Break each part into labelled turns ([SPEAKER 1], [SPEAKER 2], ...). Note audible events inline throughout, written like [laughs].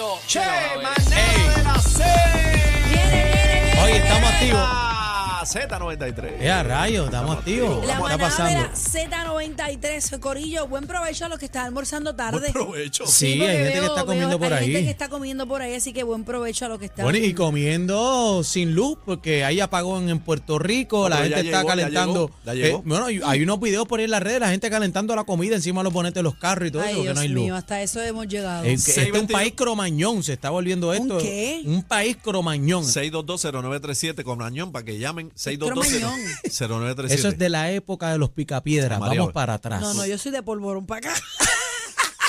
[SPEAKER 1] Che,
[SPEAKER 2] Pero, a ver.
[SPEAKER 1] mañana de la Z.
[SPEAKER 3] Viene, viene, viene.
[SPEAKER 4] Hoy eh, estamos activos.
[SPEAKER 1] Z93.
[SPEAKER 4] Eh, a rayo, estamos activos.
[SPEAKER 3] La
[SPEAKER 4] ¿Qué está
[SPEAKER 3] manada de
[SPEAKER 4] pasando?
[SPEAKER 3] la Z93, Corillo, buen provecho a los que están almorzando tarde.
[SPEAKER 1] Aprovecho.
[SPEAKER 4] Sí,
[SPEAKER 3] porque
[SPEAKER 4] hay gente que
[SPEAKER 3] veo-
[SPEAKER 4] está
[SPEAKER 3] veo-
[SPEAKER 4] comiendo por
[SPEAKER 3] hay gente que
[SPEAKER 4] ahí.
[SPEAKER 3] está comiendo por ahí, así que buen provecho a los que están.
[SPEAKER 4] Bueno, y comiendo sin luz, porque hay apagón en Puerto Rico,
[SPEAKER 1] No,
[SPEAKER 4] la
[SPEAKER 1] pero
[SPEAKER 4] gente
[SPEAKER 1] ya
[SPEAKER 4] está
[SPEAKER 1] llegó, ya
[SPEAKER 4] calentando. Eh,
[SPEAKER 1] llegó, ya llegó.
[SPEAKER 4] bueno, hay- hay unos videos por ahí en las redes, la gente calentando la comida encima de los bonetes de los carros y todo
[SPEAKER 3] Ay,
[SPEAKER 4] eso, porque
[SPEAKER 3] Dios
[SPEAKER 4] no hay luz.
[SPEAKER 3] mío, hasta eso hemos llegado.
[SPEAKER 4] Eh, que Este es un
[SPEAKER 1] 622.
[SPEAKER 4] país cromañón, se está volviendo esto.
[SPEAKER 3] qué?
[SPEAKER 4] Un país cromañón.
[SPEAKER 1] 6220937 con Añón para que llamen
[SPEAKER 3] Mañón.
[SPEAKER 1] 6220937.
[SPEAKER 4] Eso es de la época de los picapiedras.
[SPEAKER 1] María,
[SPEAKER 4] Vamos para atrás.
[SPEAKER 3] no, no, yo soy de polvorón para acá.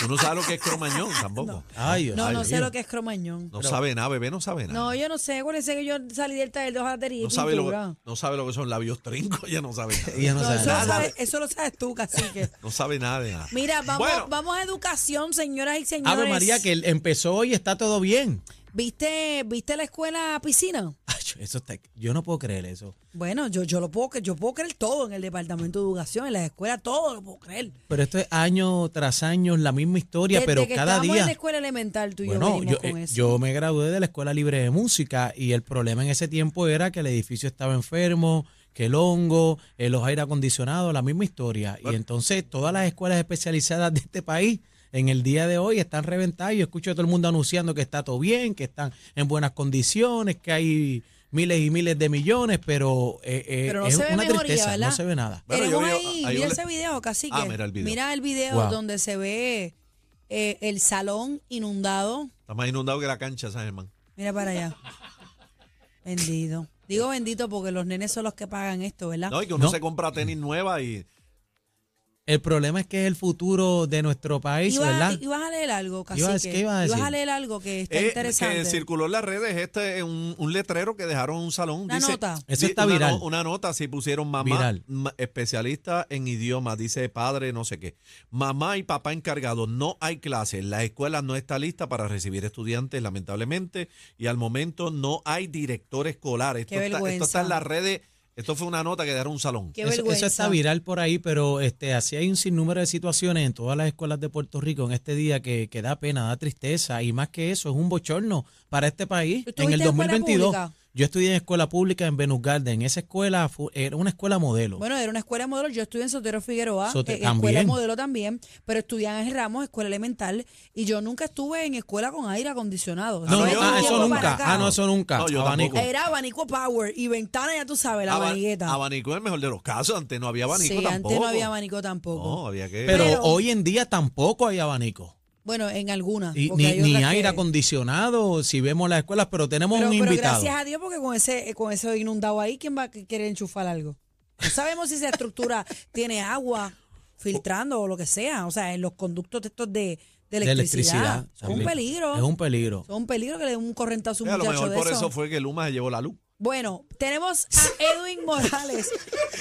[SPEAKER 1] Tú no sabes lo que es cromañón tampoco.
[SPEAKER 4] Ay, Dios
[SPEAKER 3] No, no sé
[SPEAKER 4] mío.
[SPEAKER 3] lo que es cromañón.
[SPEAKER 1] No sabe nada, bebé, no sabe nada.
[SPEAKER 3] No, yo no sé, acuérdense que yo salí del taller de hojalatería y
[SPEAKER 1] No sabe, lo,
[SPEAKER 3] pintura.
[SPEAKER 1] no sabe lo que son labios trincos, ya no sabe nada.
[SPEAKER 4] Ella no
[SPEAKER 3] No,
[SPEAKER 4] sabe
[SPEAKER 3] eso, lo
[SPEAKER 4] nada.
[SPEAKER 3] sabes, eso lo sabes tú, cacique.
[SPEAKER 1] No sabe nada de nada.
[SPEAKER 3] Mira, vamos,
[SPEAKER 1] Bueno.
[SPEAKER 3] vamos a educación, señoras y señores.
[SPEAKER 4] Ave María, que él empezó y está todo bien. [laughs]
[SPEAKER 3] ¿Viste, ¿Viste la escuela piscina?
[SPEAKER 4] Ay, eso está- yo no puedo creer eso.
[SPEAKER 3] Bueno, yo, yo lo puedo cre- yo puedo creer todo en el departamento de educación, en las escuelas, todo lo puedo creer.
[SPEAKER 4] Pero esto es año tras año, la misma historia,
[SPEAKER 3] Desde
[SPEAKER 4] pero
[SPEAKER 3] que
[SPEAKER 4] cada
[SPEAKER 3] estábamos
[SPEAKER 4] día.
[SPEAKER 3] en la escuela elemental, tú y yo
[SPEAKER 4] Bueno,
[SPEAKER 3] venimos
[SPEAKER 4] yo,
[SPEAKER 3] con
[SPEAKER 4] eh,
[SPEAKER 3] eso.
[SPEAKER 4] yo me gradué de la Escuela Libre de Música y el problema en ese tiempo era que el edificio estaba enfermo, que el hongo, eh, los aire acondicionados, la misma historia. Y entonces todas las escuelas especializadas de este país en el día de hoy están reventadas. Yo escucho a todo el mundo anunciando que está todo bien, que están en buenas condiciones, que hay miles y miles de millones, pero, eh, eh,
[SPEAKER 3] Pero no
[SPEAKER 4] es
[SPEAKER 3] se ve
[SPEAKER 4] una
[SPEAKER 3] mejoría,
[SPEAKER 4] tristeza,
[SPEAKER 3] ¿verdad?
[SPEAKER 4] no se ve nada.
[SPEAKER 1] Bueno,
[SPEAKER 3] Tenemos
[SPEAKER 1] yo vi-
[SPEAKER 3] ahí,
[SPEAKER 1] hay
[SPEAKER 3] mira
[SPEAKER 1] un-
[SPEAKER 3] ese video, cacique.
[SPEAKER 1] Ah, mira el video.
[SPEAKER 3] Mira el video
[SPEAKER 4] Wow.
[SPEAKER 3] donde se ve eh, el salón inundado.
[SPEAKER 1] Está más inundado que la cancha, ¿sabes, hermano?
[SPEAKER 3] Mira para
[SPEAKER 4] [laughs]
[SPEAKER 3] allá. Bendito. Digo bendito porque los nenes son los que pagan esto, ¿verdad?
[SPEAKER 1] No, y que uno
[SPEAKER 4] No.
[SPEAKER 1] se compra tenis nueva y
[SPEAKER 4] El problema es que es el futuro de nuestro país,
[SPEAKER 3] Ibas
[SPEAKER 4] ¿verdad?
[SPEAKER 3] ibas a leer algo,
[SPEAKER 4] Ibas-
[SPEAKER 3] cacique.
[SPEAKER 4] ¿qué ibas a decir?
[SPEAKER 3] leer algo que está
[SPEAKER 1] Eh,
[SPEAKER 3] interesante.
[SPEAKER 1] Que circuló en las redes este eh, un, un letrero que dejaron en un salón.
[SPEAKER 3] Una
[SPEAKER 1] dice,
[SPEAKER 3] nota.
[SPEAKER 4] Eso
[SPEAKER 1] di-
[SPEAKER 4] está
[SPEAKER 1] una
[SPEAKER 4] viral.
[SPEAKER 1] no- Una, nota, si pusieron mamá,
[SPEAKER 4] Viral.
[SPEAKER 1] ma- especialista en idiomas, dice padre, no sé qué. Mamá y papá encargados, no hay clases. La escuela no está lista para recibir estudiantes, lamentablemente. Y al momento no hay director escolar. Esto,
[SPEAKER 3] Qué
[SPEAKER 1] está, esto
[SPEAKER 3] vergüenza.
[SPEAKER 1] está en las redes. Esto fue una nota que dejaron en un salón.
[SPEAKER 3] Qué
[SPEAKER 4] Eso- eso,
[SPEAKER 3] vergüenza.
[SPEAKER 4] está viral por ahí, pero este, así hay un sinnúmero de situaciones en todas las escuelas de Puerto Rico en este día que, que da pena, da tristeza y más que eso, es un bochorno para este país.
[SPEAKER 3] ¿Tú
[SPEAKER 4] En
[SPEAKER 3] estuviste en
[SPEAKER 4] el
[SPEAKER 3] escuela
[SPEAKER 4] 2022
[SPEAKER 3] pública?
[SPEAKER 4] yo estudié en escuela pública en Venus Garden. Esa escuela fu- era una escuela modelo.
[SPEAKER 3] Bueno, era una escuela modelo. Yo estudié en Sotero Figueroa,
[SPEAKER 4] Sote-
[SPEAKER 3] eh, escuela
[SPEAKER 4] también.
[SPEAKER 3] modelo también, pero estudié en Ángel Ramos, escuela elemental, y yo nunca estuve en escuela con aire acondicionado.
[SPEAKER 4] no,
[SPEAKER 3] Desde
[SPEAKER 4] no,
[SPEAKER 1] yo-
[SPEAKER 3] un
[SPEAKER 4] ah, eso
[SPEAKER 3] tiempo para
[SPEAKER 4] nunca.
[SPEAKER 3] acá. Eh,
[SPEAKER 4] Ah, no, eso nunca.
[SPEAKER 1] No, yo
[SPEAKER 4] Abanico.
[SPEAKER 1] tampoco.
[SPEAKER 3] Era abanico power y ventana, ya tú sabes, la
[SPEAKER 1] Aba-
[SPEAKER 3] manigueta.
[SPEAKER 1] abanico es el mejor de los casos. Antes no había
[SPEAKER 3] sí,
[SPEAKER 1] abanico tampoco.
[SPEAKER 3] antes no había abanico tampoco.
[SPEAKER 1] No, había que.
[SPEAKER 4] Pero,
[SPEAKER 3] Pero-
[SPEAKER 4] hoy en día tampoco hay abanico.
[SPEAKER 3] Bueno, en algunas.
[SPEAKER 4] Y,
[SPEAKER 3] porque
[SPEAKER 4] ni
[SPEAKER 3] hay
[SPEAKER 4] ni
[SPEAKER 3] otras
[SPEAKER 4] aire
[SPEAKER 3] que-
[SPEAKER 4] acondicionado, si vemos las escuelas, pero tenemos
[SPEAKER 3] Pero,
[SPEAKER 4] un
[SPEAKER 3] pero
[SPEAKER 4] invitado.
[SPEAKER 3] gracias a Dios, porque con ese, eh, con eso inundado ahí, ¿quién va a querer enchufar algo? No sabemos si esa estructura tiene agua filtrando o lo que sea. O sea, en los conductos de estos de, de electricidad.
[SPEAKER 4] De electricidad,
[SPEAKER 3] Son un
[SPEAKER 4] también.
[SPEAKER 3] peligro.
[SPEAKER 4] Es un peligro.
[SPEAKER 3] Son un peligro que le den un correntazo a un
[SPEAKER 1] a lo
[SPEAKER 3] muchacho
[SPEAKER 1] mejor
[SPEAKER 3] de
[SPEAKER 1] por
[SPEAKER 3] eso.
[SPEAKER 1] eso fue que Luma se llevó la luz.
[SPEAKER 3] Bueno, tenemos a Edwin
[SPEAKER 1] [laughs]
[SPEAKER 3] Morales,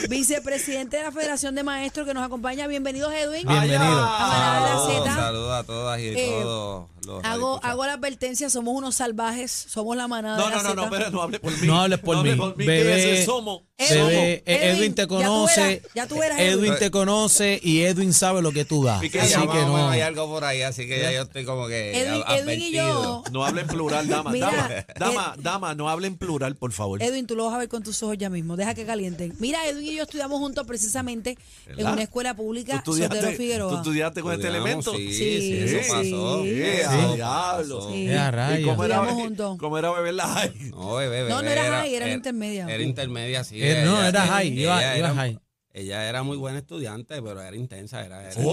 [SPEAKER 3] vicepresidente de la Federación de Maestros, que nos acompaña. Bienvenidos, Edwin.
[SPEAKER 4] Bienvenido.
[SPEAKER 3] A Manada de la
[SPEAKER 5] Saludos,
[SPEAKER 3] Zeta.
[SPEAKER 5] saludos a todas y a
[SPEAKER 3] Eh,
[SPEAKER 5] todos
[SPEAKER 3] Hago,
[SPEAKER 5] los radioescuchas.
[SPEAKER 3] hago la advertencia, somos unos salvajes, somos la manada
[SPEAKER 1] No, no,
[SPEAKER 3] de la
[SPEAKER 1] no, no,
[SPEAKER 3] Zeta.
[SPEAKER 1] espera, no hables por mí.
[SPEAKER 4] No hables por mí.
[SPEAKER 1] que
[SPEAKER 4] Bebé.
[SPEAKER 1] ese somos.
[SPEAKER 3] Edwin,
[SPEAKER 4] Bebé, eh, Edwin,
[SPEAKER 3] Edwin, ya
[SPEAKER 4] te
[SPEAKER 3] tú
[SPEAKER 4] conoce.
[SPEAKER 3] eras- ya tú eras
[SPEAKER 4] Edwin.
[SPEAKER 3] Edwin.
[SPEAKER 4] te conoce y Edwin sabe lo que tú das.
[SPEAKER 1] Y que
[SPEAKER 5] Que
[SPEAKER 4] así
[SPEAKER 5] ya
[SPEAKER 4] que
[SPEAKER 5] más o menos
[SPEAKER 4] no.
[SPEAKER 5] hay algo por ahí, así que ya yo estoy como que
[SPEAKER 3] Edwin-
[SPEAKER 5] a-
[SPEAKER 3] Edwin y yo-
[SPEAKER 5] advertido.
[SPEAKER 1] No hable en plural, dama.
[SPEAKER 3] Mira,
[SPEAKER 1] dama,
[SPEAKER 3] eh,
[SPEAKER 1] dama, dama, no hable en plural, por favor.
[SPEAKER 3] Edwin, tú lo vas a ver con tus ojos ya mismo. Deja que calienten. Mira, Edwin y yo estudiamos juntos precisamente en
[SPEAKER 1] ¿Verdad?
[SPEAKER 3] una escuela pública,
[SPEAKER 1] tú,
[SPEAKER 3] Sotero
[SPEAKER 1] estudiaste, tú
[SPEAKER 3] Figueroa.
[SPEAKER 1] estudiaste con este
[SPEAKER 5] Estudiamos,
[SPEAKER 1] elemento.
[SPEAKER 5] Sí,
[SPEAKER 3] Sí,
[SPEAKER 5] sí, eso
[SPEAKER 1] sí.
[SPEAKER 5] pasó.
[SPEAKER 3] Sí.
[SPEAKER 5] Eso
[SPEAKER 1] Sí.
[SPEAKER 5] pasó.
[SPEAKER 1] Diablo.
[SPEAKER 3] Sí.
[SPEAKER 4] Eh, a
[SPEAKER 1] ¿Y
[SPEAKER 4] rayos.
[SPEAKER 1] cómo era,
[SPEAKER 3] Estudiamos juntos.
[SPEAKER 1] cómo era beberla? Ay,
[SPEAKER 5] No, bebé, bebé, er-
[SPEAKER 3] No, no era high, era intermedia.
[SPEAKER 5] Era intermedia, sí.
[SPEAKER 4] Eh, no,
[SPEAKER 5] ella-
[SPEAKER 4] era high, iba-
[SPEAKER 5] ella
[SPEAKER 4] iba
[SPEAKER 5] era-
[SPEAKER 4] high.
[SPEAKER 5] Ella era muy buena estudiante, pero era intensa. Era, era
[SPEAKER 1] Oh,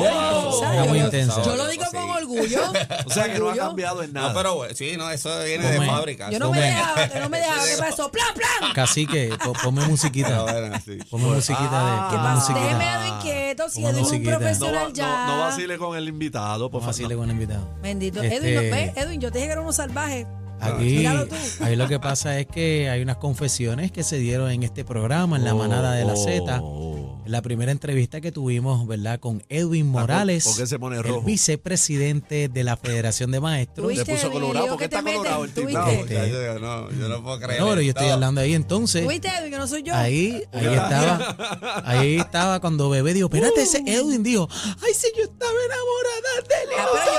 [SPEAKER 5] intensa.
[SPEAKER 3] era muy
[SPEAKER 5] Yo-
[SPEAKER 4] intensa.
[SPEAKER 3] Yo lo digo
[SPEAKER 5] sí.
[SPEAKER 3] con orgullo.
[SPEAKER 1] [laughs] O sea que no ha
[SPEAKER 3] Orgullo.
[SPEAKER 1] cambiado en nada.
[SPEAKER 5] No, pero bueno, sí, no, eso viene
[SPEAKER 4] Come.
[SPEAKER 5] de fábrica.
[SPEAKER 3] Yo no
[SPEAKER 5] eso
[SPEAKER 3] me
[SPEAKER 4] Come.
[SPEAKER 5] viene-
[SPEAKER 3] dejaba, yo no me dejaba. ¿Qué
[SPEAKER 5] Eso-
[SPEAKER 3] pasó? ¡Plan, plan!
[SPEAKER 4] Cacique, po-
[SPEAKER 1] [laughs]
[SPEAKER 4] ponme
[SPEAKER 5] [laughs] Pero
[SPEAKER 4] musiquita.
[SPEAKER 5] bueno, sí.
[SPEAKER 4] Ponme musiquita de.
[SPEAKER 3] ¿Qué
[SPEAKER 4] ponme
[SPEAKER 3] pasa?
[SPEAKER 4] musiquita.
[SPEAKER 3] Déjeme a Edwin quieto, si
[SPEAKER 4] Ponme
[SPEAKER 3] Edwin es un
[SPEAKER 4] musiquita.
[SPEAKER 1] no, va-
[SPEAKER 3] profesional
[SPEAKER 1] no,
[SPEAKER 3] ya.
[SPEAKER 1] no vacile con el invitado, por
[SPEAKER 4] Vamos a hacerle
[SPEAKER 1] favor.
[SPEAKER 4] con el invitado.
[SPEAKER 3] Bendito.
[SPEAKER 4] Este,
[SPEAKER 3] Edwin, ¿no ves? Edwin, yo te dije que era unos salvajes.
[SPEAKER 1] Ah,
[SPEAKER 4] Aquí,
[SPEAKER 3] Míralo tú.
[SPEAKER 4] ahí lo que pasa es que hay unas confesiones que se dieron en este programa, en la manada de la Z.
[SPEAKER 1] Oh. Ah,
[SPEAKER 4] La primera entrevista que tuvimos, ¿verdad? Con Edwin Morales,
[SPEAKER 1] ¿por qué se pone
[SPEAKER 4] el
[SPEAKER 1] rojo?
[SPEAKER 4] vicepresidente de la Federación de Maestros.
[SPEAKER 3] ¿Tuviste
[SPEAKER 1] puso colorado, ¿por qué está colorado el tipo?
[SPEAKER 5] Ya, yo, no, yo no puedo creer.
[SPEAKER 4] No, pero yo estoy
[SPEAKER 5] No.
[SPEAKER 4] hablando ahí entonces.
[SPEAKER 3] ¿Tuviste, Edwin, que no soy yo?
[SPEAKER 4] Ahí, ahí estaba. Ahí estaba cuando bebé dijo, espérate, ese Edwin dijo, ay, si yo estaba enamorada de él,
[SPEAKER 3] Ah, pero yo-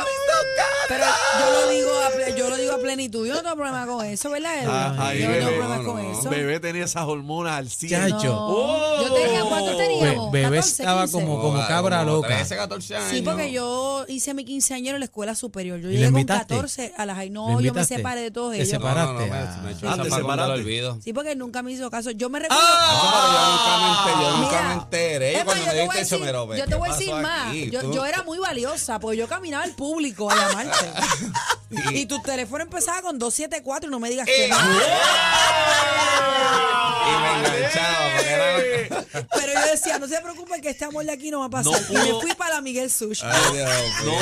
[SPEAKER 3] Pero yo lo digo, a- yo lo digo a plenitud. Yo no tengo problema con eso, ¿verdad? Elvia?
[SPEAKER 1] Ah, ahí,
[SPEAKER 3] yo no tengo
[SPEAKER 1] bebé.
[SPEAKER 3] problema
[SPEAKER 5] No,
[SPEAKER 3] con
[SPEAKER 5] no,
[SPEAKER 3] eso.
[SPEAKER 1] Bebé tenía esas hormonas al cielo.
[SPEAKER 4] Chacho.
[SPEAKER 3] No.
[SPEAKER 1] ¡Oh!
[SPEAKER 3] Yo tenía, ¿cuánto
[SPEAKER 4] Be-
[SPEAKER 3] teníamos?
[SPEAKER 4] bebé
[SPEAKER 3] 14,
[SPEAKER 4] estaba
[SPEAKER 3] 15.
[SPEAKER 4] como- cabra loca.
[SPEAKER 5] 13, 14 años.
[SPEAKER 3] Sí, porque yo hice mi 15 años en la escuela superior. Yo
[SPEAKER 4] ¿Y le
[SPEAKER 3] llegué con
[SPEAKER 4] invitaste?
[SPEAKER 3] 14 a las high.
[SPEAKER 4] ¿Le
[SPEAKER 3] No, yo me
[SPEAKER 4] invitaste?
[SPEAKER 3] separé de todos
[SPEAKER 4] Te
[SPEAKER 3] ellos.
[SPEAKER 4] separaste.
[SPEAKER 5] No, no, me,
[SPEAKER 4] Ah.
[SPEAKER 5] me he hecho
[SPEAKER 1] Ah,
[SPEAKER 5] esa
[SPEAKER 1] te
[SPEAKER 5] pa' cuando lo
[SPEAKER 1] separaste.
[SPEAKER 5] olvido.
[SPEAKER 3] Sí, porque nunca me hizo caso. Yo me recuerdo.
[SPEAKER 5] Ah, pero yo nunca me
[SPEAKER 3] Mira,
[SPEAKER 5] enteré. Yo
[SPEAKER 3] es más, pues, yo
[SPEAKER 5] nunca me enteré. Cuando me
[SPEAKER 3] te voy a
[SPEAKER 5] diste eso,
[SPEAKER 3] decir,
[SPEAKER 5] pero ve,
[SPEAKER 3] yo te
[SPEAKER 5] ¿qué
[SPEAKER 3] voy a decir
[SPEAKER 5] pasó
[SPEAKER 3] más.
[SPEAKER 5] aquí?
[SPEAKER 3] Yo,
[SPEAKER 5] Tú-
[SPEAKER 3] yo era muy valiosa porque yo caminaba al público a
[SPEAKER 5] [laughs]
[SPEAKER 3] llamarte. y tu teléfono empezaba con 274 y no me digas
[SPEAKER 5] Eh.
[SPEAKER 3] que no.
[SPEAKER 5] Y me enganchaba, porque era...
[SPEAKER 3] Pero yo decía, no se preocupen que este amor de aquí no va a pasar.
[SPEAKER 1] No
[SPEAKER 3] y me
[SPEAKER 1] pudo.
[SPEAKER 3] fui para la Miguel Sush.
[SPEAKER 5] Ay, Dios mío.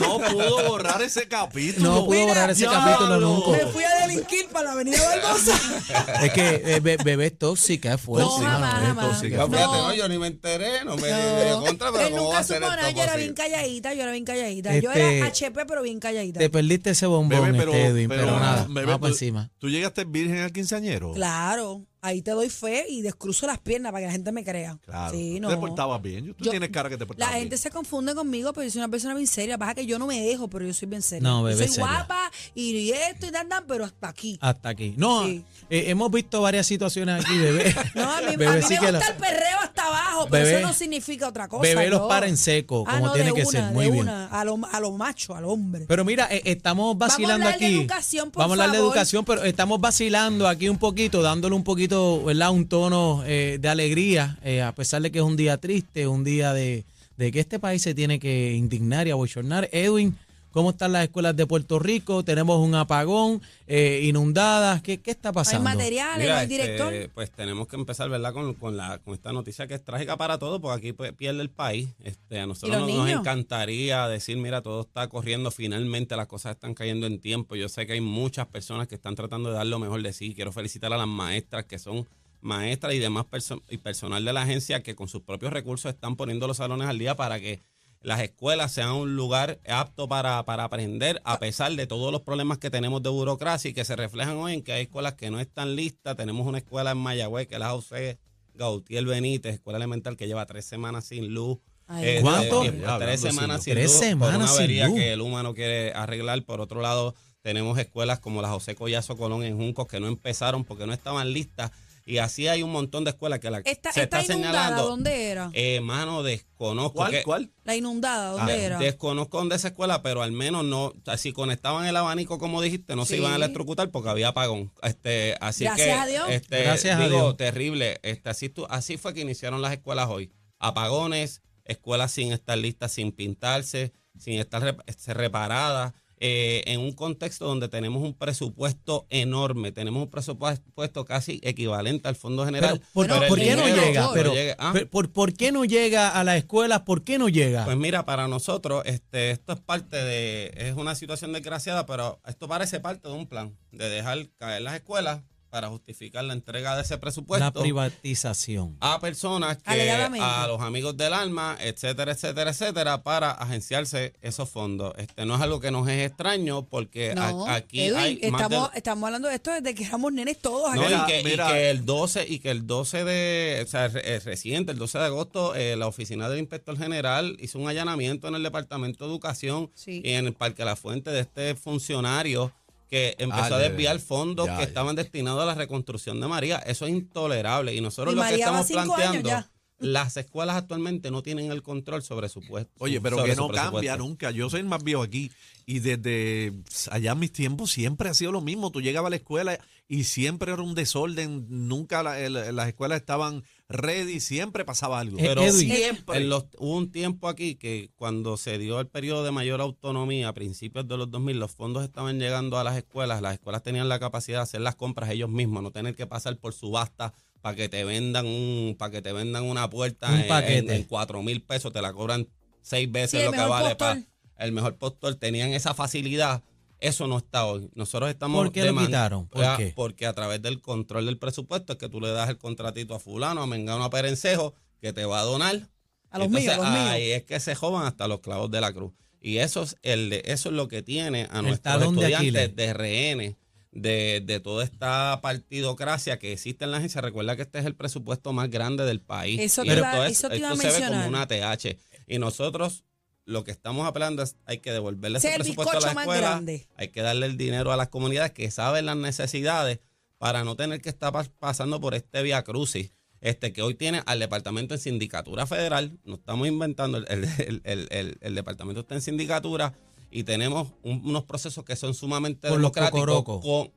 [SPEAKER 1] No, no pudo borrar ese capítulo.
[SPEAKER 4] No pudo borrar ese
[SPEAKER 1] Diablo.
[SPEAKER 4] capítulo nunca.
[SPEAKER 3] me fui a delinquir para la Avenida
[SPEAKER 5] Ah,
[SPEAKER 3] Barbosa.
[SPEAKER 4] Es que eh, be- bebé es tóxica, es fuerte.
[SPEAKER 3] No, jamás,
[SPEAKER 4] mano, es
[SPEAKER 3] jamás.
[SPEAKER 4] tóxica.
[SPEAKER 5] Yo, fíjate,
[SPEAKER 3] No.
[SPEAKER 5] no, Pues, yo ni me enteré, no me
[SPEAKER 3] No.
[SPEAKER 5] me dio contra, pero
[SPEAKER 3] Él
[SPEAKER 5] ¿cómo va
[SPEAKER 3] nunca
[SPEAKER 5] a ser
[SPEAKER 3] supo
[SPEAKER 5] esto
[SPEAKER 3] nada, yo era
[SPEAKER 5] posible?
[SPEAKER 3] bien calladita, yo era bien calladita. yo
[SPEAKER 4] Este-
[SPEAKER 3] era HP, pero bien calladita.
[SPEAKER 4] Te perdiste ese bombón,
[SPEAKER 1] Bebé, pero-
[SPEAKER 4] este Edwin, pero,
[SPEAKER 1] pero,
[SPEAKER 4] nada,
[SPEAKER 1] bebé,
[SPEAKER 4] vamos por
[SPEAKER 1] tú-
[SPEAKER 4] encima.
[SPEAKER 1] ¿Tú llegaste virgen al quinceañero?
[SPEAKER 3] Claro, ahí te doy fe y descruzo las piernas para que la gente me crea.
[SPEAKER 1] Claro.
[SPEAKER 3] Sí,
[SPEAKER 1] Te
[SPEAKER 3] no.
[SPEAKER 1] portabas bien. Tú
[SPEAKER 3] Yo-
[SPEAKER 1] tienes cara que te
[SPEAKER 3] La
[SPEAKER 1] portabas bien.
[SPEAKER 3] gente se confunde conmigo, pero yo soy una persona bien seria. Pasa que yo no me dejo, pero yo soy bien seria.
[SPEAKER 4] No, bebé,
[SPEAKER 3] yo soy
[SPEAKER 4] seria. Ah,
[SPEAKER 3] guapa y esto y tan, tan, pero hasta aquí.
[SPEAKER 4] Hasta aquí. No,
[SPEAKER 3] Sí.
[SPEAKER 4] eh, hemos visto varias situaciones aquí, bebé.
[SPEAKER 3] [laughs] No, a mí, a
[SPEAKER 4] Bebé
[SPEAKER 3] mí
[SPEAKER 4] sí
[SPEAKER 3] me
[SPEAKER 4] que
[SPEAKER 3] gusta
[SPEAKER 4] lo-
[SPEAKER 3] el perreo hasta abajo, pero
[SPEAKER 4] Bebé-
[SPEAKER 3] eso no significa otra cosa.
[SPEAKER 4] bebé los
[SPEAKER 3] no.
[SPEAKER 4] para en seco,
[SPEAKER 3] Ah,
[SPEAKER 4] como
[SPEAKER 3] no,
[SPEAKER 4] tiene
[SPEAKER 3] de
[SPEAKER 4] que
[SPEAKER 3] una,
[SPEAKER 4] ser.
[SPEAKER 3] de
[SPEAKER 4] Muy bien.
[SPEAKER 3] una, a lo, a lo macho, al hombre.
[SPEAKER 4] Pero mira, eh, estamos vacilando
[SPEAKER 3] hablar de
[SPEAKER 4] aquí.
[SPEAKER 3] educación, por
[SPEAKER 4] Vamos a hablar de
[SPEAKER 3] favor.
[SPEAKER 4] educación, pero estamos vacilando aquí un poquito, dándole un poquito, ¿verdad? Un tono eh, de alegría, eh, a pesar de que es un día triste, un día de, de que este país se tiene que indignar y abochornar. Edwin, ¿cómo están las escuelas de Puerto Rico? Tenemos un apagón, eh, inundadas. ¿Qué, qué está
[SPEAKER 3] No hay
[SPEAKER 4] pasando?
[SPEAKER 3] materiales, no
[SPEAKER 5] Mira,
[SPEAKER 3] hay director.
[SPEAKER 5] este, pues tenemos que empezar, ¿verdad? Con, con, la, con esta noticia que es trágica para todos, porque aquí pues, pierde el país. Este, a nosotros
[SPEAKER 3] los
[SPEAKER 5] nos, nos
[SPEAKER 3] niños?
[SPEAKER 5] encantaría decir, mira, todo está corriendo, finalmente las cosas están cayendo en tiempo. Yo sé que hay muchas personas que están tratando de dar lo mejor de sí. Quiero felicitar a las maestras que son maestras y demás perso- y personal de la agencia que con sus propios recursos están poniendo los salones al día para que las escuelas sean un lugar apto para, para aprender, a pesar de todos los problemas que tenemos de burocracia y que se reflejan hoy en que hay escuelas que no están listas. Tenemos una escuela en Mayagüez, que es la José Gautier Benítez, escuela elemental que lleva tres semanas sin luz.
[SPEAKER 3] Ay,
[SPEAKER 5] Este,
[SPEAKER 4] ¿Cuánto?
[SPEAKER 5] y-
[SPEAKER 1] Ya, hablando
[SPEAKER 5] Tres
[SPEAKER 1] sin
[SPEAKER 5] semanas
[SPEAKER 1] luz.
[SPEAKER 5] sin
[SPEAKER 4] Tres
[SPEAKER 5] luz. por
[SPEAKER 4] semanas
[SPEAKER 5] una
[SPEAKER 4] sin
[SPEAKER 5] avería
[SPEAKER 4] luz.
[SPEAKER 5] que el humano quiere arreglar. Por otro lado, tenemos escuelas como la José Collazo Colón en Juncos que no empezaron porque no estaban listas. Y así hay un montón de escuelas que la,
[SPEAKER 3] Esta,
[SPEAKER 5] eh, se
[SPEAKER 3] esta
[SPEAKER 5] está
[SPEAKER 3] inundada,
[SPEAKER 5] señalando.
[SPEAKER 3] ¿dónde era?
[SPEAKER 5] Eh, mano, desconozco.
[SPEAKER 1] ¿Cuál?
[SPEAKER 5] que-
[SPEAKER 1] ¿Cuál?
[SPEAKER 3] La inundada, ¿dónde
[SPEAKER 5] Ah,
[SPEAKER 3] era?
[SPEAKER 5] Desconozco dónde es esa escuela, pero al menos no, o sea, si conectaban el abanico como dijiste, no
[SPEAKER 3] Sí.
[SPEAKER 5] se iban a electrocutar porque había apagón. Este, así
[SPEAKER 3] Gracias
[SPEAKER 5] que,
[SPEAKER 3] a Dios.
[SPEAKER 5] este,
[SPEAKER 4] Gracias a
[SPEAKER 5] digo,
[SPEAKER 4] Dios.
[SPEAKER 5] terrible. Este, así, tú- así fue que iniciaron las escuelas hoy. Apagones, escuelas sin estar listas, sin pintarse, sin estar rep- este, reparadas. eh, en un contexto donde tenemos un presupuesto enorme, tenemos un presupuesto casi equivalente al Fondo General.
[SPEAKER 4] Pero, ¿por,
[SPEAKER 3] Pero el
[SPEAKER 4] por qué no
[SPEAKER 3] dinero,
[SPEAKER 4] llega?
[SPEAKER 3] no
[SPEAKER 4] Pero,
[SPEAKER 5] llega. Ah.
[SPEAKER 4] pero, ¿por, por qué no llega a las escuelas? ¿Por qué no llega?
[SPEAKER 5] Pues mira, para nosotros este, esto es parte de, es una situación desgraciada, pero esto parece parte de un plan, de dejar caer las escuelas para justificar la entrega de ese
[SPEAKER 4] la
[SPEAKER 5] presupuesto
[SPEAKER 4] privatización.
[SPEAKER 5] a personas que,
[SPEAKER 3] Alegadamente.
[SPEAKER 5] a los amigos del alma, etcétera, etcétera, etcétera, para agenciarse esos fondos. Este no es algo que nos es extraño porque a-
[SPEAKER 3] no,
[SPEAKER 5] aquí
[SPEAKER 3] Edwin,
[SPEAKER 5] hay más de-
[SPEAKER 3] estamos, estamos hablando de esto desde que éramos nenes todos
[SPEAKER 5] no,
[SPEAKER 3] acá.
[SPEAKER 5] y
[SPEAKER 1] Mira,
[SPEAKER 5] que, y
[SPEAKER 1] mira.
[SPEAKER 5] que el 12 y que el 12 de o sea, re- eh, reciente, el 12 de agosto, eh, la oficina del inspector general hizo un allanamiento en el departamento de educación
[SPEAKER 3] Sí.
[SPEAKER 5] y en el Parque La Fuente de este funcionario que empezó
[SPEAKER 1] Ah,
[SPEAKER 5] a
[SPEAKER 1] de-
[SPEAKER 5] desviar fondos
[SPEAKER 1] ya,
[SPEAKER 5] que
[SPEAKER 1] ya.
[SPEAKER 5] estaban destinados a la reconstrucción de María. Eso es intolerable. Y nosotros
[SPEAKER 3] Y
[SPEAKER 5] lo
[SPEAKER 3] María
[SPEAKER 5] que
[SPEAKER 3] va
[SPEAKER 5] estamos
[SPEAKER 3] cinco años
[SPEAKER 5] planteando,
[SPEAKER 3] ya.
[SPEAKER 5] las escuelas actualmente no tienen el control sobre su puesto.
[SPEAKER 1] Oye, pero
[SPEAKER 5] sobre
[SPEAKER 1] que
[SPEAKER 5] su
[SPEAKER 1] no cambia
[SPEAKER 5] presupuesto.
[SPEAKER 1] nunca. Yo soy el más viejo aquí y desde allá en mis tiempos siempre ha sido lo mismo. Tú llegabas a la escuela y siempre era un desorden. Nunca la- el- las escuelas estaban ready, siempre pasaba algo.
[SPEAKER 4] Eh,
[SPEAKER 5] Pero
[SPEAKER 4] Edwin.
[SPEAKER 5] siempre. en los- hubo un tiempo aquí que cuando se dio el periodo de mayor autonomía a principios de los 2000, los fondos estaban llegando a las escuelas. Las escuelas tenían la capacidad de hacer las compras ellos mismos, no tener que pasar por subasta para que te vendan un, para que te vendan una puerta
[SPEAKER 4] Un
[SPEAKER 5] en- en,
[SPEAKER 4] paquete.
[SPEAKER 5] en 4 mil pesos, te la cobran seis
[SPEAKER 3] Sí,
[SPEAKER 5] veces
[SPEAKER 3] el
[SPEAKER 5] lo que
[SPEAKER 3] mejor
[SPEAKER 5] vale. pa-
[SPEAKER 3] postor.
[SPEAKER 5] el mejor postor tenían esa facilidad. Eso no está hoy. Nosotros estamos.
[SPEAKER 4] ¿Por qué lo
[SPEAKER 5] deman-
[SPEAKER 4] quitaron? ¿Por
[SPEAKER 5] Ah,
[SPEAKER 4] qué?
[SPEAKER 5] Porque a través del control del presupuesto es que tú le das el contratito a fulano, a Mengano, a Perencejo, que te va a donar.
[SPEAKER 3] A los
[SPEAKER 5] Entonces,
[SPEAKER 3] míos,
[SPEAKER 5] ah,
[SPEAKER 3] a los míos.
[SPEAKER 5] Ahí es que se jovan hasta los clavos de la cruz. Y eso es, el, de- eso es lo que tiene a
[SPEAKER 4] El
[SPEAKER 5] nuestros
[SPEAKER 4] talón de
[SPEAKER 5] estudiantes
[SPEAKER 4] Aquiles.
[SPEAKER 5] de, rehenes de, de toda esta partidocracia que existe en la agencia. Recuerda que este es el presupuesto más grande del país.
[SPEAKER 3] Eso
[SPEAKER 5] Y
[SPEAKER 3] te iba-
[SPEAKER 5] esto es-
[SPEAKER 3] eso te iba a
[SPEAKER 5] esto se ve como
[SPEAKER 3] mencionar.
[SPEAKER 5] una TH. Y nosotros lo que estamos hablando es hay que devolverle
[SPEAKER 3] Ese es
[SPEAKER 5] ese
[SPEAKER 3] el
[SPEAKER 5] presupuesto a la
[SPEAKER 3] bizcocho más
[SPEAKER 5] escuela,
[SPEAKER 3] grande.
[SPEAKER 5] hay que darle el dinero a las comunidades que saben las necesidades para no tener que estar pas- pasando por este vía crucis. Este que hoy tiene al departamento en sindicatura federal, no estamos inventando, el, el- el- el- el- el departamento está en sindicatura y tenemos un- unos procesos que son sumamente
[SPEAKER 4] Con los
[SPEAKER 5] democráticos
[SPEAKER 4] cocorocos.
[SPEAKER 5] con,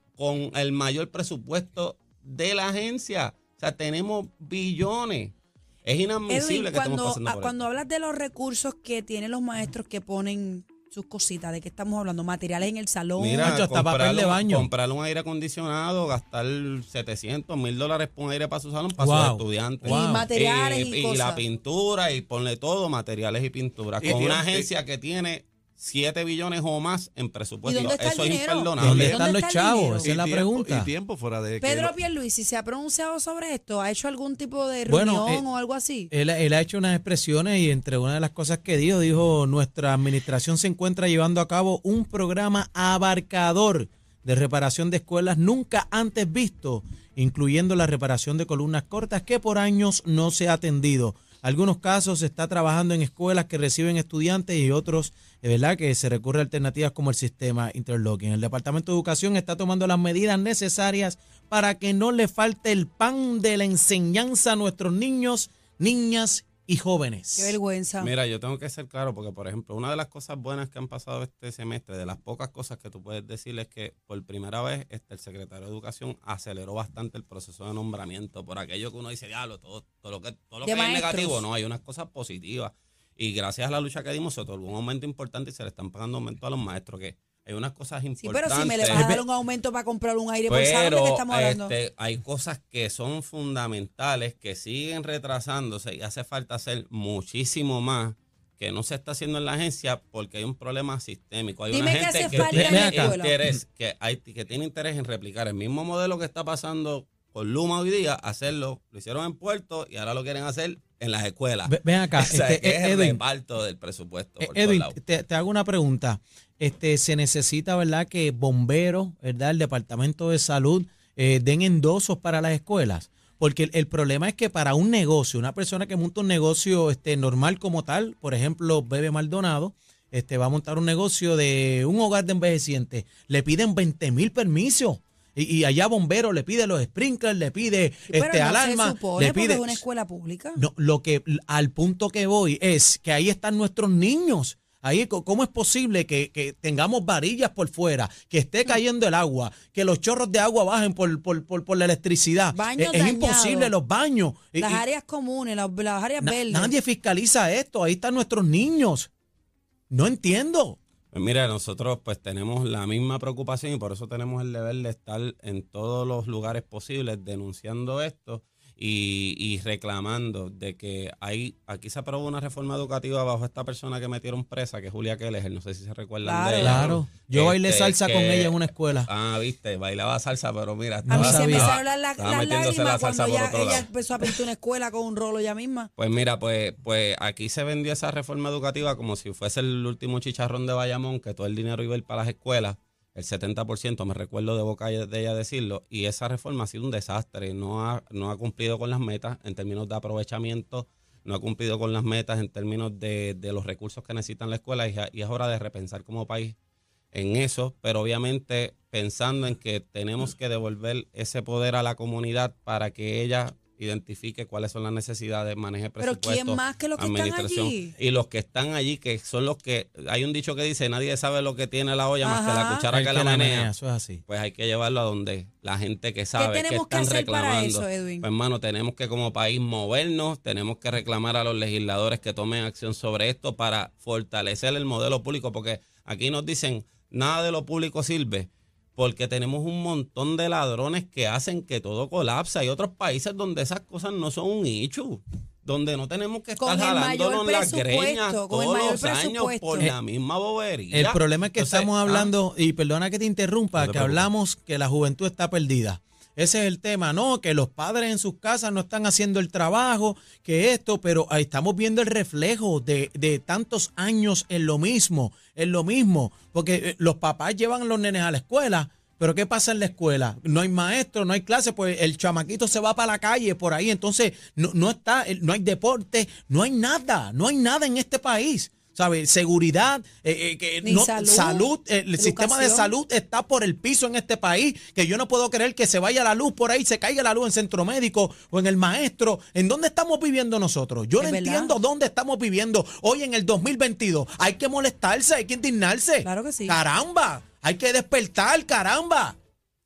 [SPEAKER 5] con el mayor presupuesto de la agencia. O sea, tenemos billones. Es inadmisible
[SPEAKER 3] Edwin,
[SPEAKER 5] que estemos
[SPEAKER 3] cuando,
[SPEAKER 5] pasando
[SPEAKER 3] ah,
[SPEAKER 5] por
[SPEAKER 3] cuando
[SPEAKER 5] esto.
[SPEAKER 3] hablas de los recursos que tienen los maestros que ponen sus cositas, ¿de qué estamos hablando? Materiales en el salón.
[SPEAKER 5] Mira,
[SPEAKER 4] Nacho, hasta
[SPEAKER 5] comprar
[SPEAKER 4] papel de
[SPEAKER 5] un-
[SPEAKER 4] baño.
[SPEAKER 5] comprar un aire acondicionado, gastar 700, 1000 dólares por un aire para su salón, para
[SPEAKER 4] Wow.
[SPEAKER 5] sus estudiantes.
[SPEAKER 3] Y Wow. materiales y cosas.
[SPEAKER 5] la pintura, y ponle todo, materiales y pintura.
[SPEAKER 1] Y
[SPEAKER 5] Con una
[SPEAKER 1] tiene-
[SPEAKER 5] agencia que tiene 7 billones o más en
[SPEAKER 3] ¿Y
[SPEAKER 5] presupuesto.
[SPEAKER 3] dónde está
[SPEAKER 5] Eso
[SPEAKER 3] el
[SPEAKER 5] es
[SPEAKER 3] dinero?
[SPEAKER 5] imperdonable.
[SPEAKER 4] ¿Dónde
[SPEAKER 3] está
[SPEAKER 4] están los
[SPEAKER 3] el
[SPEAKER 4] chavos?
[SPEAKER 3] dinero?
[SPEAKER 4] Esa es la
[SPEAKER 1] tiempo-
[SPEAKER 4] pregunta.
[SPEAKER 1] Y tiempo fuera de que
[SPEAKER 3] Pedro
[SPEAKER 1] lo-
[SPEAKER 3] Pierluisi se ha pronunciado sobre esto, ha hecho algún tipo de reunión
[SPEAKER 4] Bueno, eh,
[SPEAKER 3] o algo así.
[SPEAKER 4] Él, él ha hecho unas expresiones y entre una de las cosas que dijo, dijo, nuestra administración se encuentra llevando a cabo un programa abarcador de reparación de escuelas nunca antes visto, incluyendo la reparación de columnas cortas que por años no se ha atendido. Algunos casos se está trabajando en escuelas que reciben estudiantes y otros, es verdad, que se recurre a alternativas como el sistema interlocking. El Departamento de Educación está tomando las medidas necesarias para que no le falte el pan de la enseñanza a nuestros niños niñas y
[SPEAKER 3] Qué
[SPEAKER 4] jóvenes.
[SPEAKER 3] vergüenza.
[SPEAKER 5] Mira, yo tengo que ser claro porque, por ejemplo, una de las cosas buenas que han pasado este semestre, de las pocas cosas que tú puedes decir es que por primera vez este, el secretario de Educación aceleró bastante el proceso de nombramiento por aquello que uno dice, diablo, todo, todo lo que, todo
[SPEAKER 3] De
[SPEAKER 5] lo que es
[SPEAKER 3] maestros.
[SPEAKER 5] negativo, no, hay unas cosas positivas. Y gracias a la lucha que dimos se otorgó un aumento importante y se le están pagando aumento a los maestros, que hay unas cosas
[SPEAKER 3] Sí,
[SPEAKER 5] importantes.
[SPEAKER 3] pero si me le vas a dar un aumento para comprar un aire pues por salón, ¿de qué estamos hablando?
[SPEAKER 5] este, hay cosas que son fundamentales, que siguen retrasándose y hace falta hacer muchísimo más que no se está haciendo en la agencia porque hay un problema sistémico. Hay
[SPEAKER 3] Dime
[SPEAKER 5] una
[SPEAKER 3] qué
[SPEAKER 5] gente
[SPEAKER 3] hace
[SPEAKER 5] que
[SPEAKER 3] falta
[SPEAKER 4] en la
[SPEAKER 5] tiene,
[SPEAKER 4] escuela.
[SPEAKER 5] interés, que, hay, que tiene interés en replicar el mismo modelo que está pasando con Luma hoy día, hacerlo, lo hicieron en Puerto y ahora lo quieren hacer en las escuelas.
[SPEAKER 4] Ve- Ven acá,
[SPEAKER 5] [laughs] O sea,
[SPEAKER 4] este,
[SPEAKER 5] que es el
[SPEAKER 4] Edwin, eh,
[SPEAKER 5] reparto del presupuesto. por todos
[SPEAKER 4] Edwin,
[SPEAKER 5] lados.
[SPEAKER 4] te, te hago una pregunta. Este, se necesita, ¿verdad? Que bomberos, ¿verdad? El Departamento de Salud eh, den endosos para las escuelas. Porque el, el problema es que para un negocio, una persona que monta un negocio este, normal como tal, por ejemplo, Bebe Maldonado, este, va a montar un negocio de un hogar de envejecientes, le piden 20 mil permisos. Y, y allá bomberos le pide los sprinklers, le pide
[SPEAKER 3] Pero
[SPEAKER 4] este,
[SPEAKER 3] no se
[SPEAKER 4] alarma,
[SPEAKER 3] supone
[SPEAKER 4] le
[SPEAKER 3] porque
[SPEAKER 4] pide...
[SPEAKER 3] es una escuela pública.
[SPEAKER 4] No, lo que al punto que voy es que ahí están nuestros niños. Ahí, co- ¿cómo es posible que, que tengamos varillas por fuera, que esté cayendo el agua, que los chorros de agua bajen por, por, por, por la electricidad?
[SPEAKER 3] Baños
[SPEAKER 4] Eh, es,
[SPEAKER 3] dañados.
[SPEAKER 4] imposible los baños. Y-
[SPEAKER 3] Las
[SPEAKER 4] y
[SPEAKER 3] áreas comunes, las, las áreas
[SPEAKER 4] na-
[SPEAKER 3] verdes.
[SPEAKER 4] nadie fiscaliza esto. Ahí están nuestros niños. No entiendo.
[SPEAKER 5] Pues mira, nosotros pues tenemos la misma preocupación y por eso tenemos el deber de estar en todos los lugares posibles denunciando esto y, y reclamando de que hay, aquí se aprobó una reforma educativa bajo esta persona que metieron presa, que es Julia Keller, no sé si se recuerdan de ella.
[SPEAKER 4] Claro. Yo bailé
[SPEAKER 5] Este,
[SPEAKER 4] salsa con
[SPEAKER 5] que-
[SPEAKER 4] ella en una escuela.
[SPEAKER 5] Ah, viste, bailaba salsa, pero mira,
[SPEAKER 3] A
[SPEAKER 4] No
[SPEAKER 3] mí
[SPEAKER 5] estaba-
[SPEAKER 3] se me
[SPEAKER 4] sabía.
[SPEAKER 3] salieron las, las
[SPEAKER 5] estaba metiéndose
[SPEAKER 3] lágrimas
[SPEAKER 5] la salsa
[SPEAKER 3] cuando ya,
[SPEAKER 5] por otro
[SPEAKER 3] ella
[SPEAKER 5] lado.
[SPEAKER 3] empezó a pintar una escuela con un rolo ella misma.
[SPEAKER 5] Pues mira, pues, pues aquí se vendió esa reforma educativa como si fuese el último chicharrón de Bayamón, que todo el dinero iba a ir para las escuelas, el 70%, me recuerdo de boca de ella decirlo, y esa reforma ha sido un desastre, no ha, no ha cumplido con las metas en términos de aprovechamiento, no ha cumplido con las metas en términos de, de los recursos que necesitan la escuela, y, ya- y es hora de repensar como país en eso, pero obviamente pensando en que tenemos que devolver ese poder a la comunidad para que ella identifique cuáles son las necesidades, maneje
[SPEAKER 3] Pero
[SPEAKER 5] presupuesto.
[SPEAKER 3] ¿quién más que los que están allí?
[SPEAKER 5] Y los que están allí, que son los que, hay un dicho que dice, nadie sabe lo que tiene la olla más que
[SPEAKER 3] Ajá.
[SPEAKER 5] la cuchara
[SPEAKER 4] El
[SPEAKER 5] que la menea.
[SPEAKER 4] Eso es así.
[SPEAKER 5] Pues hay que llevarlo a donde la gente que
[SPEAKER 3] ¿Qué
[SPEAKER 5] sabe que
[SPEAKER 3] tenemos que,
[SPEAKER 5] están
[SPEAKER 3] hacer para
[SPEAKER 5] reclamando.
[SPEAKER 3] eso, Edwin?
[SPEAKER 5] Pues, hermano, tenemos que como país movernos, tenemos que reclamar a los legisladores que tomen acción sobre esto para fortalecer el modelo público, porque aquí nos dicen, nada de lo público sirve, porque tenemos un montón de ladrones que hacen que todo colapsa. Hay otros países donde esas cosas no son un hecho, donde no tenemos que estar
[SPEAKER 3] Con el mayor
[SPEAKER 5] jalándonos las
[SPEAKER 3] presupuesto,
[SPEAKER 5] greñas
[SPEAKER 3] con el
[SPEAKER 5] todos
[SPEAKER 3] mayor
[SPEAKER 5] los años por
[SPEAKER 3] presupuesto.
[SPEAKER 5] la misma bobería.
[SPEAKER 4] El problema es que
[SPEAKER 5] Entonces,
[SPEAKER 4] estamos
[SPEAKER 5] ah,
[SPEAKER 4] hablando, y perdona que te interrumpa,
[SPEAKER 5] No te
[SPEAKER 4] que
[SPEAKER 5] preocupes.
[SPEAKER 4] hablamos que la juventud está perdida. Ese es el tema, ¿no? Que los padres en sus casas no están haciendo el trabajo, que esto, pero ahí estamos viendo el reflejo de, de tantos años en lo mismo, en lo mismo, porque eh, los papás llevan a los nenes a la escuela, pero ¿qué pasa en la escuela? No hay maestro, no hay clase, pues el chamaquito se va para la calle por ahí, entonces no, no está, eh, no hay deporte, no hay nada, no hay nada en este país. O ¿sabes? Seguridad, eh, eh, que
[SPEAKER 3] Ni
[SPEAKER 4] no-
[SPEAKER 3] salud,
[SPEAKER 4] eh, el sistema de
[SPEAKER 3] educación.
[SPEAKER 4] salud está por el piso en este país, que yo no puedo creer que se vaya la luz por ahí, se caiga la luz en centro médico o en el maestro. ¿En dónde estamos viviendo nosotros? Yo
[SPEAKER 3] Es
[SPEAKER 4] no
[SPEAKER 3] verdad.
[SPEAKER 4] entiendo dónde estamos viviendo hoy en el 2022. Hay que molestarse, hay que indignarse.
[SPEAKER 3] Claro que sí.
[SPEAKER 4] Caramba, hay que despertar, caramba.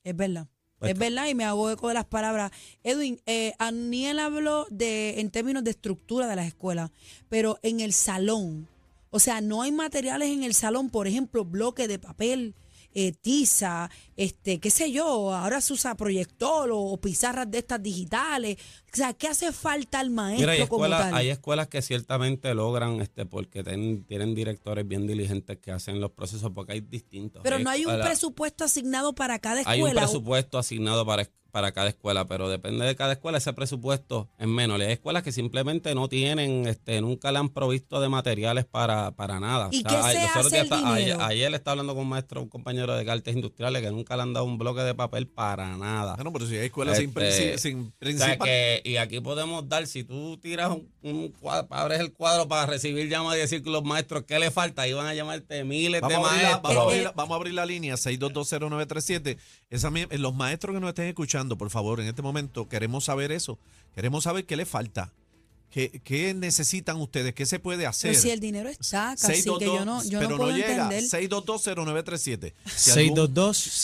[SPEAKER 3] Es verdad.
[SPEAKER 5] Pues
[SPEAKER 3] es verdad y me hago eco de las palabras. Edwin, eh, Aniel habló de, en términos de estructura de las escuelas, pero en el salón. O sea, no hay materiales en el salón, por ejemplo, bloque de papel, eh, tiza, este, qué sé yo, ahora se usa proyector o, o pizarras de estas digitales. O sea, ¿qué hace falta al maestro
[SPEAKER 5] Mira, hay
[SPEAKER 3] como
[SPEAKER 5] escuelas,
[SPEAKER 3] tal?
[SPEAKER 5] hay escuelas que ciertamente logran, este, porque ten- tienen directores bien diligentes que hacen los procesos, porque hay distintos.
[SPEAKER 3] pero no hay un
[SPEAKER 5] escuelas-
[SPEAKER 3] presupuesto asignado para cada
[SPEAKER 5] Hay un
[SPEAKER 3] escuela.
[SPEAKER 5] presupuesto asignado para, para cada escuela, pero depende de cada escuela, ese presupuesto es menos. Hay escuelas que simplemente no tienen, este, nunca le han provisto de materiales para, para nada.
[SPEAKER 3] ¿Y
[SPEAKER 5] O sea,
[SPEAKER 3] qué
[SPEAKER 5] ay,
[SPEAKER 3] se
[SPEAKER 5] los otros
[SPEAKER 3] hace
[SPEAKER 5] días
[SPEAKER 3] el
[SPEAKER 5] está- ayer,
[SPEAKER 3] dinero?
[SPEAKER 5] ayer le estaba hablando con un maestro, un compañero de cartes industriales, que nunca le han dado un bloque de papel para nada.
[SPEAKER 1] Ah, no, pero si hay escuelas sin,
[SPEAKER 5] Este,
[SPEAKER 1] princi- sin
[SPEAKER 5] O sea
[SPEAKER 1] principal.
[SPEAKER 5] que, y aquí podemos dar, si tú tiras un, un cuadro, abres el cuadro para recibir llamadas y decir que los maestros, ¿qué le falta? Ahí van a llamarte miles
[SPEAKER 1] Vamos
[SPEAKER 5] de
[SPEAKER 1] a, abrir la,
[SPEAKER 5] maestros.
[SPEAKER 1] vamos, a abrir
[SPEAKER 3] Eh,
[SPEAKER 1] la, vamos a abrir la línea 6220937. Esa mi- eh, los maestros que nos estén escuchando, por favor, en este momento queremos saber eso. Queremos saber qué les falta. ¿Qué, qué necesitan ustedes? ¿Qué se puede hacer?
[SPEAKER 3] Pero si el dinero está, casi que
[SPEAKER 1] 622,
[SPEAKER 3] yo no, yo
[SPEAKER 1] pero
[SPEAKER 3] no puedo
[SPEAKER 1] llega.
[SPEAKER 3] entender.
[SPEAKER 1] 6220937. Si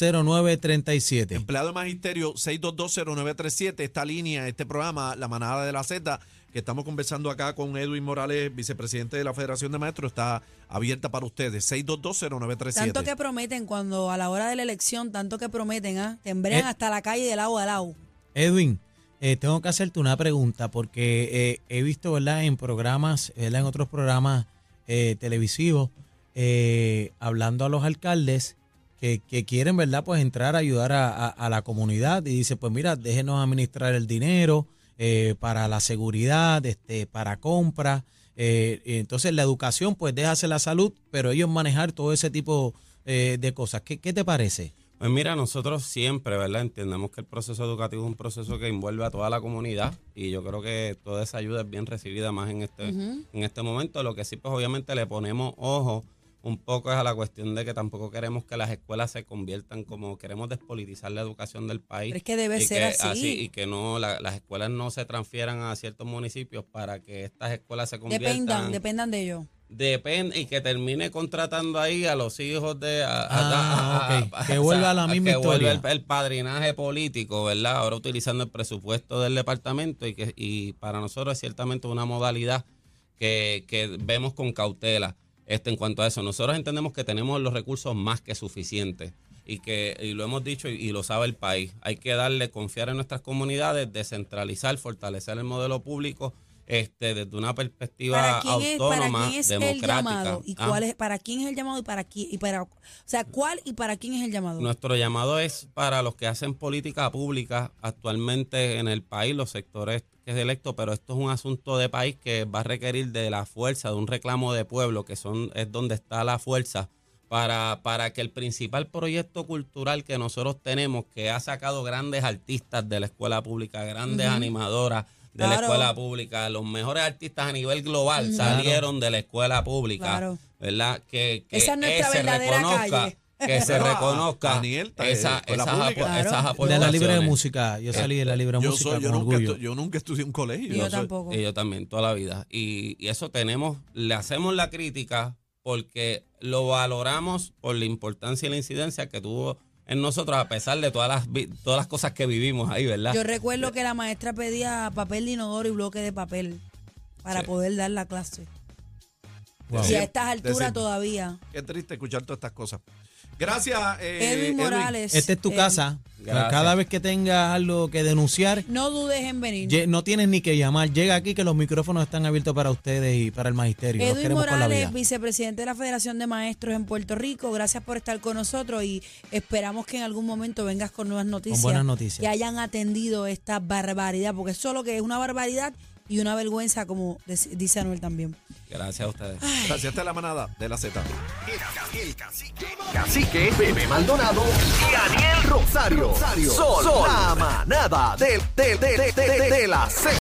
[SPEAKER 1] algún
[SPEAKER 4] 6220937.
[SPEAKER 1] Empleado de magisterio 6220937, esta línea, este programa, La Manada de la Z, que estamos conversando acá con Edwin Morales, vicepresidente de la Federación de Maestros, está abierta para ustedes. 6220937.
[SPEAKER 3] Tanto que prometen cuando a la hora de la elección, tanto que prometen, ¿ah? Te embrean
[SPEAKER 4] Eh.
[SPEAKER 3] hasta la calle de lado a lado.
[SPEAKER 4] Edwin, eh, tengo que hacerte una pregunta porque eh, he visto, ¿verdad? En programas, ¿verdad? En otros programas eh, televisivos, eh, hablando a los alcaldes que, que quieren, ¿verdad? Pues entrar a ayudar a, a- a la comunidad y dice, pues mira, déjenos administrar el dinero eh, para la seguridad, este, para compras. eh, y entonces la educación, pues déjase la salud, pero ellos manejar todo ese tipo eh, de cosas. ¿Qué, qué te parece?
[SPEAKER 5] Pues mira, nosotros siempre, ¿verdad? Entendemos que el proceso educativo es un proceso que envuelve a toda la comunidad y yo creo que toda esa ayuda es bien recibida más en este, en este momento. Lo que sí, pues obviamente le ponemos ojo un poco es a la cuestión de que tampoco queremos que las escuelas se conviertan como queremos despolitizar la educación del país.
[SPEAKER 3] Pero es que debe
[SPEAKER 5] y
[SPEAKER 3] ser
[SPEAKER 5] que
[SPEAKER 3] así.
[SPEAKER 5] Y que no la- las escuelas no se transfieran a ciertos municipios para que estas escuelas se conviertan
[SPEAKER 3] Dependan, dependan de ellos.
[SPEAKER 5] Depende, y que termine contratando ahí a los hijos de. a- a-
[SPEAKER 4] Ah,
[SPEAKER 5] a-
[SPEAKER 4] ok.
[SPEAKER 5] a-
[SPEAKER 4] Que
[SPEAKER 5] [laughs] o
[SPEAKER 4] vuelva la misma
[SPEAKER 5] que vuelva
[SPEAKER 4] historia.
[SPEAKER 5] el, el padrinaje político, ¿verdad? Ahora utilizando el presupuesto del departamento y que y para nosotros es ciertamente una modalidad que, que vemos con cautela este, en cuanto a eso. Nosotros entendemos que tenemos los recursos más que suficientes y que y lo hemos dicho y, y lo sabe el país. Hay que darle, confiar en nuestras comunidades, descentralizar, fortalecer el modelo público este, desde una perspectiva
[SPEAKER 3] ¿Para quién es, para
[SPEAKER 5] autónoma,
[SPEAKER 3] quién es el
[SPEAKER 5] democrática.
[SPEAKER 3] llamado? ¿Y
[SPEAKER 5] Ah,
[SPEAKER 3] cuál es, para quién es el llamado y para quién? Y para, o sea, ¿cuál y para quién es el llamado?
[SPEAKER 5] Nuestro llamado es para los que hacen política pública actualmente en el país, los sectores que es electo, pero esto es un asunto de país que va a requerir de la fuerza, de un reclamo de pueblo, que son es donde está la fuerza, para, para que el principal proyecto cultural que nosotros tenemos, que ha sacado grandes artistas de la escuela pública, grandes animadoras de la
[SPEAKER 3] Claro.
[SPEAKER 5] escuela pública, los mejores artistas a nivel global salieron de la escuela pública,
[SPEAKER 3] Claro.
[SPEAKER 5] ¿verdad? Que, que
[SPEAKER 3] Esa es nuestra
[SPEAKER 5] se
[SPEAKER 3] verdadera
[SPEAKER 5] reconozca,
[SPEAKER 3] calle.
[SPEAKER 5] Que se
[SPEAKER 1] Pero,
[SPEAKER 5] reconozca
[SPEAKER 1] Daniel, está
[SPEAKER 5] esa,
[SPEAKER 1] en la
[SPEAKER 5] esas,
[SPEAKER 1] pública.
[SPEAKER 5] apo-
[SPEAKER 3] Claro.
[SPEAKER 4] De la
[SPEAKER 5] esas
[SPEAKER 4] libre de
[SPEAKER 5] aportaciones.
[SPEAKER 4] música. Yo salí de la libre de
[SPEAKER 1] yo,
[SPEAKER 4] música
[SPEAKER 1] soy- yo
[SPEAKER 4] con
[SPEAKER 1] nunca
[SPEAKER 4] orgullo.
[SPEAKER 1] estu- yo nunca estudié en un colegio.
[SPEAKER 3] Y yo
[SPEAKER 1] Yo soy-
[SPEAKER 3] tampoco.
[SPEAKER 5] Y yo también, toda la vida. Y, y eso tenemos, le hacemos la crítica porque lo valoramos por la importancia y la incidencia que tuvo en nosotros, a pesar de todas las, vi- todas las cosas que vivimos ahí, ¿verdad?
[SPEAKER 3] Yo recuerdo que la maestra pedía papel de inodoro y bloque de papel para
[SPEAKER 5] Sí.
[SPEAKER 3] poder dar la clase. Y
[SPEAKER 4] Wow.
[SPEAKER 3] a
[SPEAKER 1] Decir-
[SPEAKER 3] estas alturas
[SPEAKER 1] decir-
[SPEAKER 3] todavía.
[SPEAKER 1] Qué triste escuchar todas estas cosas. Gracias, eh,
[SPEAKER 3] Edwin Morales.
[SPEAKER 4] Esta Este es tu
[SPEAKER 3] eh,
[SPEAKER 4] casa.
[SPEAKER 5] Gracias.
[SPEAKER 4] Cada vez que tengas algo que denunciar,
[SPEAKER 3] No dudes en venir.
[SPEAKER 4] ye- no tienes ni que llamar. Llega aquí que los micrófonos están abiertos para ustedes y para el magisterio. Los
[SPEAKER 3] Edwin
[SPEAKER 4] queremos con la vida.
[SPEAKER 3] Morales, vicepresidente de la Federación de Maestros en Puerto Rico, gracias por estar con nosotros y esperamos que en algún momento vengas con nuevas noticias.
[SPEAKER 4] Con buenas noticias.
[SPEAKER 3] Que hayan atendido esta barbaridad, porque eso es lo que es una barbaridad y una vergüenza, como dec- dice Anuel también.
[SPEAKER 5] Gracias a ustedes.
[SPEAKER 1] Gracias, esta es la manada de la Z.
[SPEAKER 2] El cacique, cacique, Bebé Maldonado y Daniel Rosario. Sol, la manada del- de, de, de, de, de, de la Z.